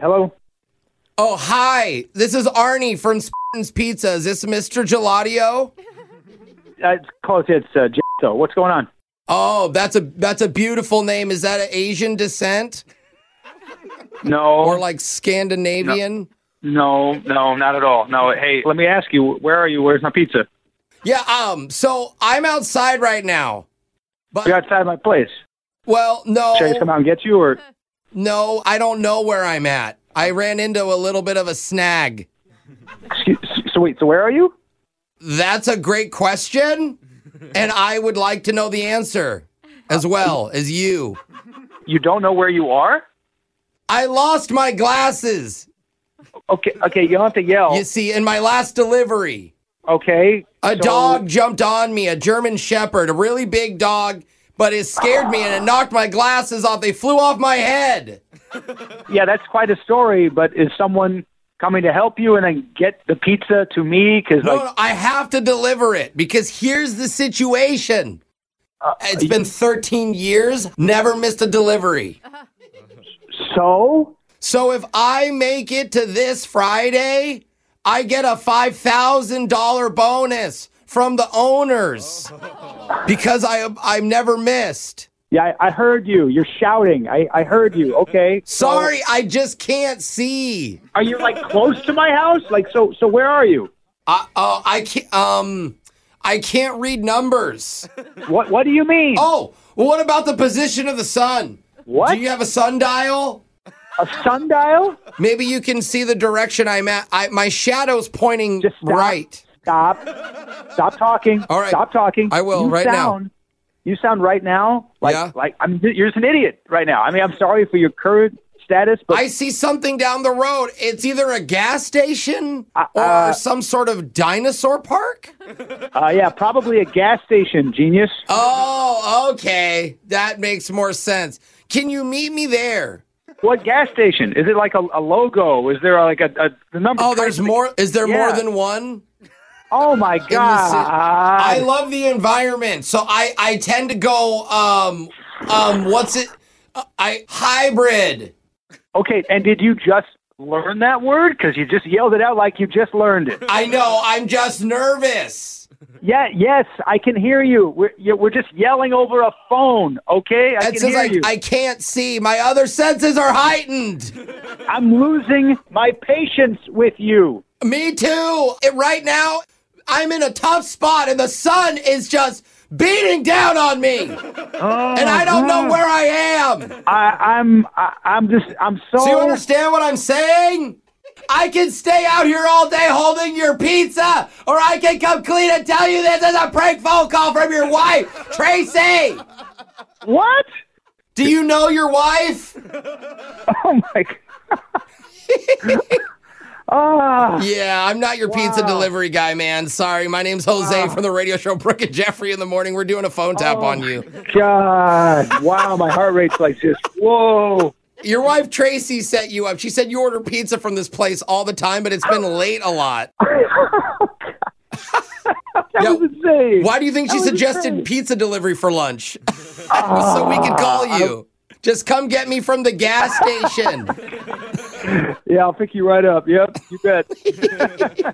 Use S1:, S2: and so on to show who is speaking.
S1: Hello?
S2: Oh, hi. This is Arnie from Spartan's Pizza. Is this Mr. Gelatio?
S1: Uh, it's close. It's uh, Jeff. What's going on?
S2: Oh, that's a that's a beautiful name. Is that an Asian descent
S1: No.
S2: or like Scandinavian?
S1: No, no, not at all. No, hey, let me ask you, where are you? Where's my pizza?
S2: Yeah. Um. So I'm outside right now.
S1: You're outside my place.
S2: Well, no,
S1: Should I just come out and get you, or
S2: no, I don't know where I'm at. I ran into a little bit of a snag.
S1: excuse, so wait, so where are you?
S2: That's a great question, and I would like to know the answer as well as you.
S1: You don't know where you are?
S2: I lost my glasses.
S1: Okay, okay, you don't have to yell.
S2: You see, in my last delivery.
S1: Okay,
S2: A
S1: so-
S2: dog jumped on me, a German Shepherd, a really big dog, but it scared me and it knocked my glasses off. They flew off my head.
S1: Yeah, that's quite a story. But is someone coming to help you and then get the pizza to me? Because
S2: No,
S1: like,
S2: no, I have to deliver it because here's the situation.
S1: Uh,
S2: It's been 13 years, never missed a delivery.
S1: so
S2: So if I make it to this Friday, I get a $5,000 bonus from the owners because I I've never missed.
S1: yeah, I, I heard you. You're shouting. I, I heard you. Okay, so-
S2: Sorry, I just can't see.
S1: are you like close to my house? Like, so so where are you?
S2: I, oh, I can't. Um, I can't read numbers.
S1: What what do you mean?
S2: Oh, well, what about the position of the sun?
S1: what
S2: Do you have a sundial?
S1: a sundial?
S2: Maybe you can see the direction I'm at. I, my shadow's pointing
S1: Just stop.
S2: right.
S1: Stop. Stop talking.
S2: All right.
S1: Stop talking.
S2: I will,
S1: you
S2: right now.
S1: sound, now. You sound right now like
S2: Yeah.
S1: like I'm. You're just an idiot right now. I mean, I'm sorry for your current status, but
S2: I see something down the road. It's either a gas station or
S1: uh,
S2: some sort of dinosaur park.
S1: uh, yeah, probably a gas station genius.
S2: Oh, okay, that makes more sense. Can you meet me there?
S1: What gas station? Is it like a, a logo? Is there like a, a the number?
S2: Oh, there's more. Is there more
S1: Yeah.
S2: than one?
S1: Oh my
S2: in the city. I
S1: god!
S2: love the environment, so I I tend to go um um what's it uh, I hybrid.
S1: okay, and did you just learn that word? Because you just yelled it out like you just learned it.
S2: I know I'm just nervous.
S1: yeah, yes, I can hear you. We're you, we're just yelling over a phone. Okay, I
S2: That
S1: can
S2: says
S1: hear
S2: I,
S1: you.
S2: I can't see. My other senses are heightened.
S1: I'm losing my patience with you.
S2: Me too. It, right now, I'm in a tough spot, and the sun is just beating down on me, and
S1: Oh
S2: I don't know where I am.
S1: I, I'm I, I'm just I'm so
S2: Do you understand what I'm saying? I can stay out here all day holding your pizza, or I can come clean and tell you this is a prank phone call from your wife, Tracy.
S1: what?
S2: Do you know your wife?
S1: Oh my god! Ah,
S2: Yeah, I'm not your pizza delivery guy, man. Sorry, my name's Jose from the radio show Brooke and Jeffrey in the morning. We're doing a phone tap on you.
S1: God! Wow, my heart rate's like just whoa.
S2: Your wife Tracy set you up. She said you order pizza from this place all the time, but it's been late a lot.
S1: Oh, That
S2: Yeah.
S1: was insane.
S2: Why do you think she
S1: That was
S2: suggested
S1: great.
S2: pizza delivery for lunch? so we could call
S1: Ah.
S2: you. Just come get me from the gas station.
S1: Yeah, I'll pick you right up. Yep, you bet.